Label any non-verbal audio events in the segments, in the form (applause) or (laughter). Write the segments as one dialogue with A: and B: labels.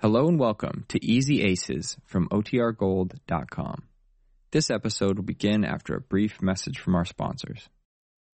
A: Hello and welcome to Easy Aces from OTRGold.com. This episode will begin after a brief message from our sponsors.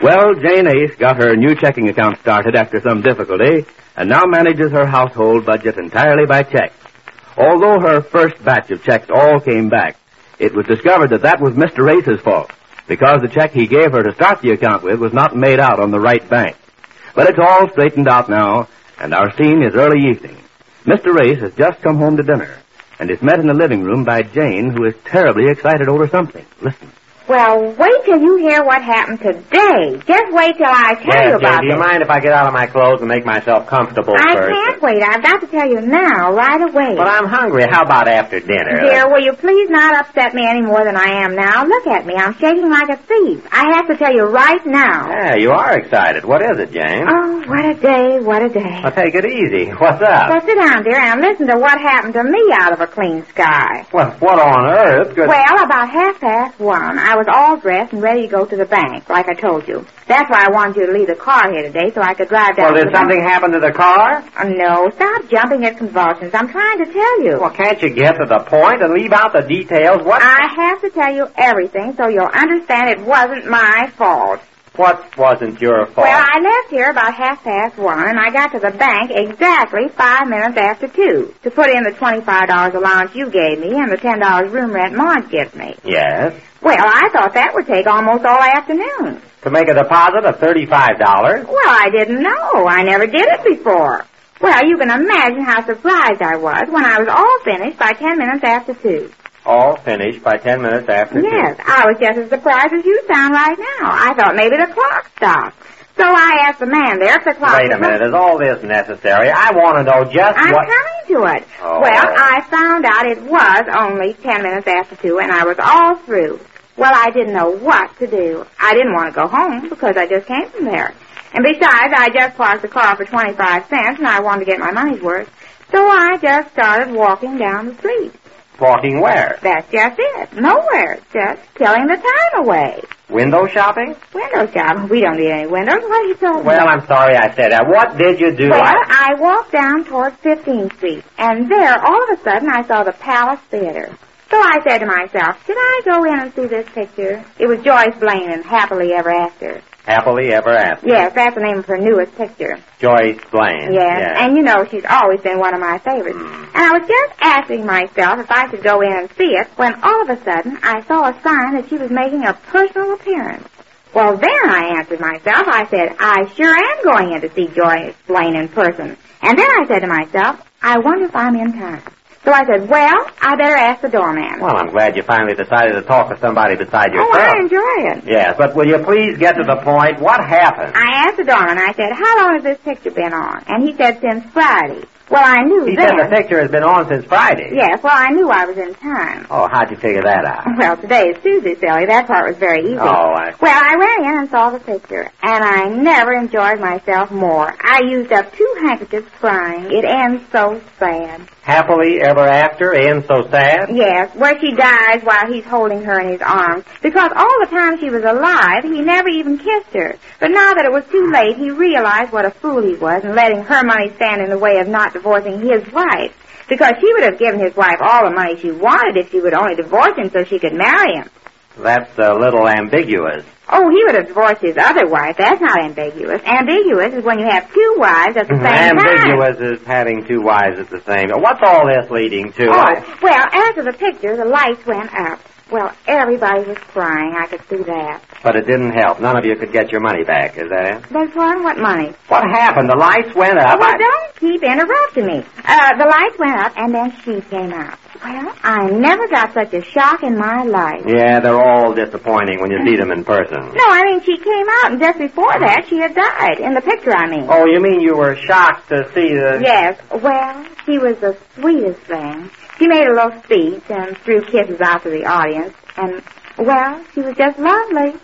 B: Well, Jane Ace got her new checking account started after some difficulty and now manages her household budget entirely by check. Although her first batch of checks all came back, it was discovered that that was Mr. Ace's fault because the check he gave her to start the account with was not made out on the right bank. But it's all straightened out now, and our scene is early evening. Mr. Race has just come home to dinner and is met in the living room by Jane, who is terribly excited over something. Listen.
C: Well, wait till you hear what happened today. Just wait till I tell you about it.
B: mind if I get out of my clothes and make myself comfortable
C: I can't wait. I've got to tell you now, right away.
B: I'm hungry. How about after dinner?
C: Dear, will you please not upset me any more than I am now? Look at me. I'm shaking like a thief. I have to tell you right now.
B: Yeah, you are excited. What is it, Jane?
C: Oh, what a day, what a day.
B: Well, take it easy. What's up?
C: Well, sit down, dear, and listen to what happened to me out of a clean sky.
B: Well, what on earth could...
C: Well, about half past one, I was all dressed and ready to go to the bank, like I told you. That's why I wanted you to leave the car here today so I could drive down
B: Well,
C: to
B: did
C: the bank.
B: something happen to the car?
C: Oh, no, stop jumping at convulsions. I'm trying to tell you.
B: Well, can't you get to the point and leave out the details? What...
C: I have to tell you everything so you'll understand it wasn't my fault.
B: What wasn't your fault?
C: Well, I left here about half past one, and I got to the bank exactly five minutes after two to put in the twenty-five dollars allowance you gave me and the ten dollars room rent Maud gives me.
B: Yes.
C: Well, I thought that would take almost all afternoon.
B: To make a deposit of $35.
C: Well, I didn't know. I never did it before. Well, you can imagine how surprised I was when I was all finished by ten minutes after two.
B: All finished by 10 minutes after
C: Yes, I was just as surprised as you sound right now. I thought maybe the clock stopped. So I asked the man there if the clock.
B: Wait a
C: was-
B: minute. Is all this necessary? I want to know just
C: I'm
B: what...
C: coming to it.
B: Oh.
C: Well, I found out it was only ten minutes after two, and I was all through. Well, I didn't know what to do. I didn't want to go home because I just came from there. And besides, I just parked the car for 25 cents and I wanted to get my money's worth. So I just started walking down the street.
B: Walking where?
C: That's just it. Nowhere. Just killing the time away.
B: Window shopping?
C: Window shop. We don't need any windows. What are you talking
B: Well,
C: about?
B: I'm sorry I said that. What did you do?
C: Well,
B: I-
C: I walked down toward 15th Street, and there, all of a sudden, I saw the Palace Theater. So I said to myself, should I go in and see this picture? It was Joyce Blaine in Happily Ever After.
B: Happily ever after.
C: Yes, that's the name of her newest picture.
B: Joyce Blaine.
C: Yes, and you know, she's always been one of my favorites.
B: Mm.
C: And I was just asking myself if I should go in and see it, when all of a sudden, I saw a sign that she was making a personal appearance. Well, then I answered myself. I said, I sure am going in to see Joyce Blaine in person. And then I said to myself, I wonder if I'm in time. So I said, well, I better ask the doorman.
B: Well, I'm glad you finally decided to talk to somebody beside
C: oh,
B: yourself.
C: I enjoy it.
B: Yes, but will you please get to the point? What happened?
C: I asked the doorman. I said, how long has this picture been on? And he said, since Friday. Well, I knew
B: He
C: then.
B: said the picture has been on since Friday.
C: Yes, well, I knew I was in time.
B: Oh, how'd you figure that
C: (laughs)
B: out?
C: Well, today is Tuesday, Sally. That part was very easy.
B: Oh, I...
C: Well, I went in and saw the picture, and I never enjoyed myself more. I used up two handkerchiefs crying. It ends so sad.
B: Happily ever after and so sad?
C: Yes, where she dies while he's holding her in his arms. Because all the time she was alive, he never even kissed her. But now that it was too late, he realized what a fool he was in letting her money stand in the way of not divorcing his wife. Because she would have given his wife all the money she wanted if she would only divorce him so she could marry him.
B: That's a little ambiguous.
C: Oh, he would have divorced his other wife. That's not ambiguous. Ambiguous is when you have two wives at
B: (laughs)
C: the same time.
B: ambiguous is having two wives at the same. What's all this leading to?
C: Oh, well, after the picture, the lights went up. Well, everybody was crying. I could see that.
B: But it didn't help. None of you could get your money back, is that it?
C: They won what money?
B: What happened? The lights went up.
C: well,
B: I-
C: Uh, don't keep interrupting me. Uh, the lights went up, and then she came out. Well, I never got such a shock in my life.
B: Yeah, they're all disappointing when you see them in person.
C: No, I mean, she came out, and just before that, she had died. In the picture, I mean.
B: Oh, you mean you were shocked to see the.
C: Yes. Well, she was the sweetest thing. She made a little speech and threw kisses out to the audience, and, well, she was just lovely.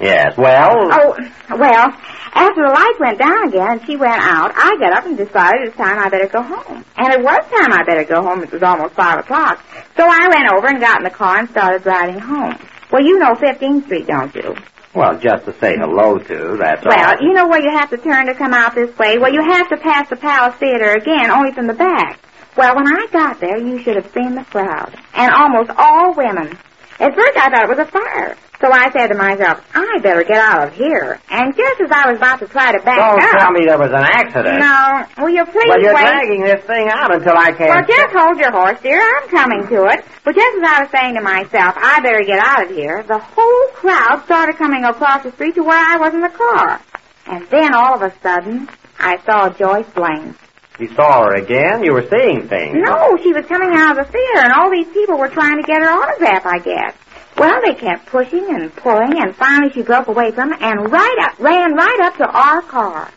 B: Yes, well.
C: Oh, well, after the lights went down again and she went out, I got up and decided it's time I better go home. And it was time I better go home. It was almost five o'clock. So I went over and got in the car and started driving home. Well, you know 15th Street, don't you?
B: Well, just to say hello to, that's
C: Well,
B: all.
C: you know where you have to turn to come out this way? Well, you have to pass the Palace Theater again, only from the back. Well, when I got there, you should have seen the crowd. And almost all women. At first I thought it was a fire. So I said to myself, I better get out of here. And just as I was about to try to back
B: Don't
C: up...
B: tell me there was an accident.
C: No. Will you please
B: Well, you're
C: wait?
B: dragging this thing out until I can't.
C: Well, just hold your horse, dear. I'm coming to it. But just as I was saying to myself, I better get out of here, the whole crowd started coming across the street to where I was in the car. And then all of a sudden, I saw Joyce Blaine.
B: You saw her again? You were seeing things.
C: No, she was coming out of the theater, and all these people were trying to get her autograph, I guess. Well, they kept pushing and pulling, and finally she broke away from them and right up, ran right up to our car.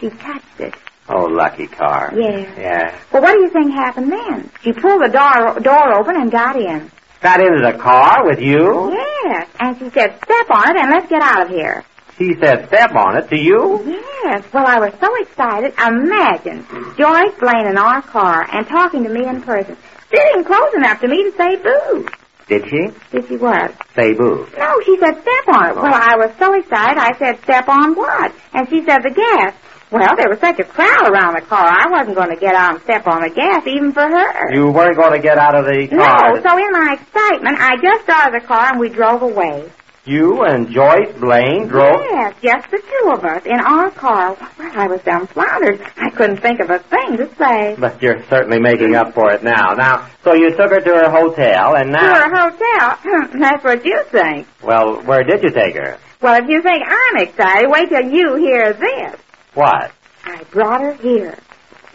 C: She touched it.
B: Oh, lucky car.
C: Yeah.
B: Yeah.
C: Well, what do you think happened then? She pulled the door, door open and got in.
B: Got into the car with you?
C: Yes, and she said, step on it and let's get out of here.
B: He said step on it to you?
C: Yes, well, I was so excited. Imagine Joyce Blaine in our car and talking to me in person, sitting close enough to me to say boo.
B: Did she?
C: Did she what?
B: Say boo.
C: No, she said, step on it. Well, I was so excited, I said, step on what? And she said, the gas. Well, there was such a crowd around the car, I wasn't going to get out and step on the gas, even for her.
B: You weren't going to get out of the car.
C: no, so in my excitement, I just started the car and we drove away.
B: You and Joyce Blaine drove.
C: Yes, just the two of us in our car. Well, I was dumbfoundered. I couldn't think of a thing to say.
B: But you're certainly making up for it now. Now, so you took her to her hotel, and
C: To
B: now.
C: a hotel. (laughs) That's what you think.
B: Well, where did you take her?
C: Well, if you think I'm excited, wait till you hear this.
B: What?
C: I brought her here.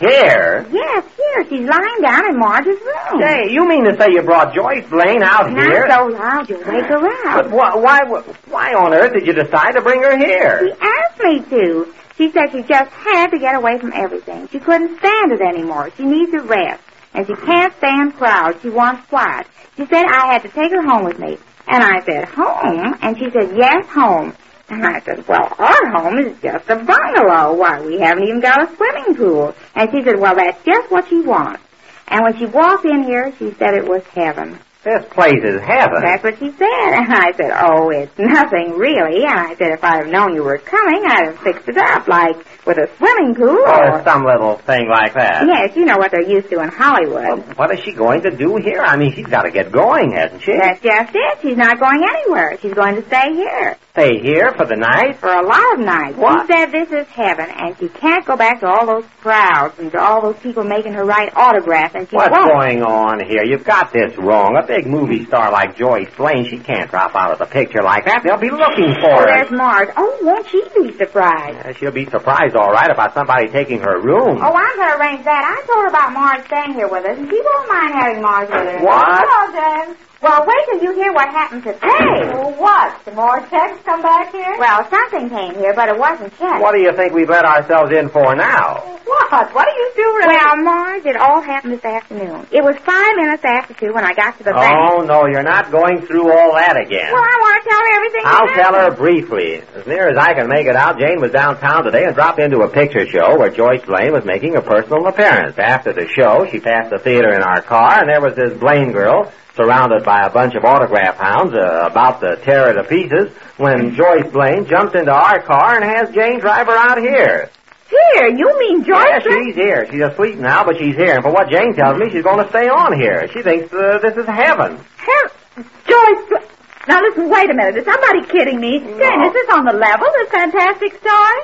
B: Here?
C: Yes, here. She's lying down in Marge's room.
B: Say, you mean to say you brought Joyce Blaine out here?
C: Not so loud you'll wake her
B: But
C: up.
B: why, why, why on earth did you decide to bring her
C: She
B: here?
C: asked me to. She said she just had to get away from everything. She couldn't stand it anymore. She needs a rest. And she can't stand crowds. She wants quiet. She said I had to take her home with me. And I said, home? And she said, yes, home. And I said, well, our home is just a bungalow. Why, we haven't even got a swimming pool. And she said, well, that's just what she wants. And when she walked in here, she said it was heaven.
B: This place is heaven.
C: That's what she said. (laughs) And I said, oh, it's nothing really. And I said, if I'd have known you were coming, I'd have fixed it up, like with a swimming pool.
B: or
C: or-
B: some little thing like Oh, that.
C: Yes, you know what they're used to in Hollywood.
B: Well, what is she going to do here? I mean, she's got to get going, hasn't she?
C: That's just it. She's not going anywhere. She's going to stay here
B: Stay here for the night?
C: for a lot of nights.
B: What?
C: She said this is heaven, and she can't go back to all those crowds and to all those people making her write autographs, and she
B: What's
C: won't.
B: going on here? You've got this wrong. A big movie star like Joyce Blaine, she can't drop out of the picture like that. They'll be looking
C: Oh,
B: for her.
C: there's Marge. Oh, won't she be surprised?
B: Yeah, She'll be surprised, all right, about somebody taking her room.
C: Oh, I'm going to arrange that. I told her about Marge staying here with us, and she won't mind having Marge with her.
B: What?
C: Well, well, wait till you hear what happened today. Well, what? The more checks come back here? Well, something came here, but it wasn't checks.
B: What do you think we've let ourselves in for now?
C: What? What are you doing? Well, Marge, it all happened this afternoon. It was five minutes after two when I got to the bank.
B: Oh, no, you're not going through all that again.
C: Well, I want to tell her everything. that
B: I'll tell her
C: happened.
B: briefly. As near as I can make it out, Jane was downtown today and dropped into a picture show where Joyce Blaine was making a personal appearance. After the show, she passed the theater in our car, and there was this Blaine girl surrounded by a bunch of autograph hounds uh, about to tear her to pieces when Joyce Blaine jumped into our car and has Jane drive her out here.
C: Here, you mean Joyce?
B: Yeah, she's here. She's asleep now, but she's here. And for what Jane tells me, she's going to stay on here. She thinks uh, this is heaven.
C: Hell, Joyce. Now listen, wait a minute. Is somebody kidding me? Jane, is this on the level? This fantastic story?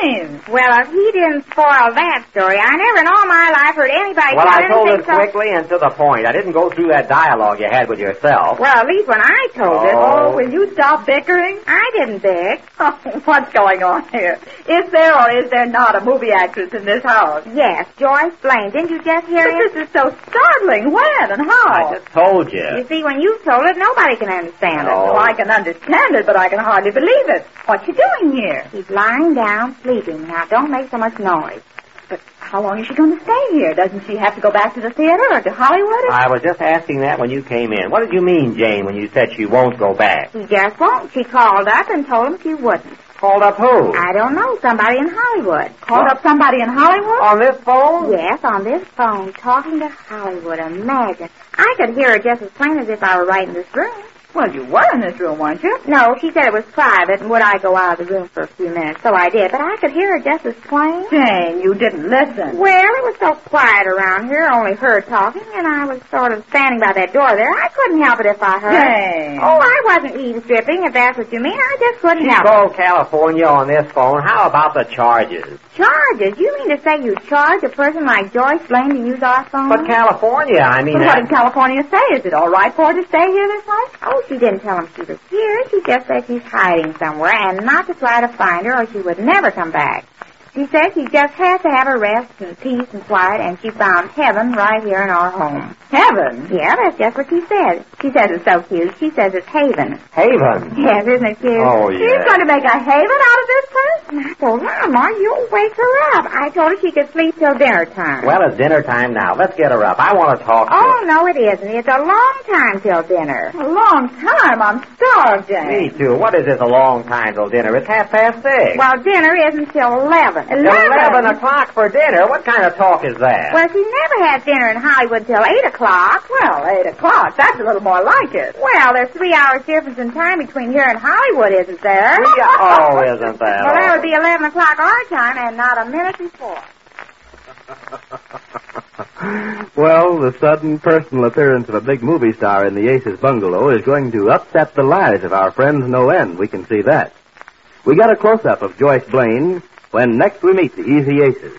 C: soon. Well, if he didn't spoil that story, I never in all my life heard anybody
D: Well,
C: tell
D: I told
C: anything
D: it
C: so-
D: quickly and to the point. I didn't go through that dialogue you had with yourself.
C: Well, at least when I told it.
D: Oh. Oh, will
C: you stop bickering? I didn't bick.
E: Oh, (laughs) what's going on here? Is there or is there not a movie actress in this house?
C: Yes, Joyce Blaine. Didn't you just hear it?
E: This is so startling. When and how?
D: I just told
C: You
D: Oh. you.
C: see, when you told it, nobody can understand
D: No.
E: Oh, I can understand it, but I can hardly believe it. What you doing here?
C: it. He's lying down, sleeping. Now, don't make so much noise.
E: But how long is she going to stay here? Doesn't she have to go back to the theater or to Hollywood? or-
D: I was just asking that when you came in. What did you mean, Jane, when you said she won't go back?
C: She just won't. She called up and told him she wouldn't.
D: Called up who?
C: I don't know. Somebody in Hollywood.
E: Called up somebody in Hollywood?
D: On this phone?
C: Yes, on this phone, talking to Hollywood. Imagine. I could hear her just as plain as if I were right in this room.
E: Well, you were in this room, weren't you?
C: No, she said it was private, and would I go out of the room for a few minutes? So I did, but I could hear her just as plain.
E: Jane, you didn't listen.
C: Well, it was so quiet around here, only her talking, and I was sort of standing by that door there. I couldn't help it if I heard.
E: Jane.
C: Oh, I wasn't eavesdripping, if that's what you mean. I just couldn't
D: She
C: help it.
D: called California on this phone. How about the charges?
C: Charges? You mean to say you charge a person like Joyce Lane to use our phone?
D: But California, I mean...
E: But what
D: that-
E: did California say? Is it all right for her to stay here this way?
C: Oh, she didn't tell him she was here. She just said she's hiding somewhere and not to try to find her or she would never come back. She said she just has to have her rest and peace and quiet and she found heaven right here in our home.
E: Heaven.
C: Yeah, that's just what she said. She says it's so cute. She says it's haven.
D: Haven.
C: Yes, isn't it cute?
D: Oh, yeah.
C: She's going to make a haven out of this person? I told her, Ma, you'll wake her up. I told her she could sleep till dinner time.
D: Well, it's dinner time now. Let's get her up. I want to talk to
C: Oh,
D: her.
C: no, it isn't. It's a long time till dinner.
E: A long time. I'm starved, Jane.
D: Me too. What is this a long time till dinner? It's half past six.
C: Well, dinner isn't till 11.
D: Eleven o'clock for dinner. What kind of talk is that?
C: Well, she never had dinner in Hollywood till 8 o'clock.
E: Well, eight o'clock. That's a little more like it.
C: Well, there's three hours difference in time between here and Hollywood, isn't there?
D: Three (laughs) hours. Oh, isn't that
C: Well, that
D: awful.
C: would be 11 o'clock our time and not a minute before.
B: Well, the sudden personal appearance of a big movie star in the Aces bungalow is going to upset the lives of our friends no end. We can see that. We got a close up of Joyce Blaine when next we meet the Easy Aces.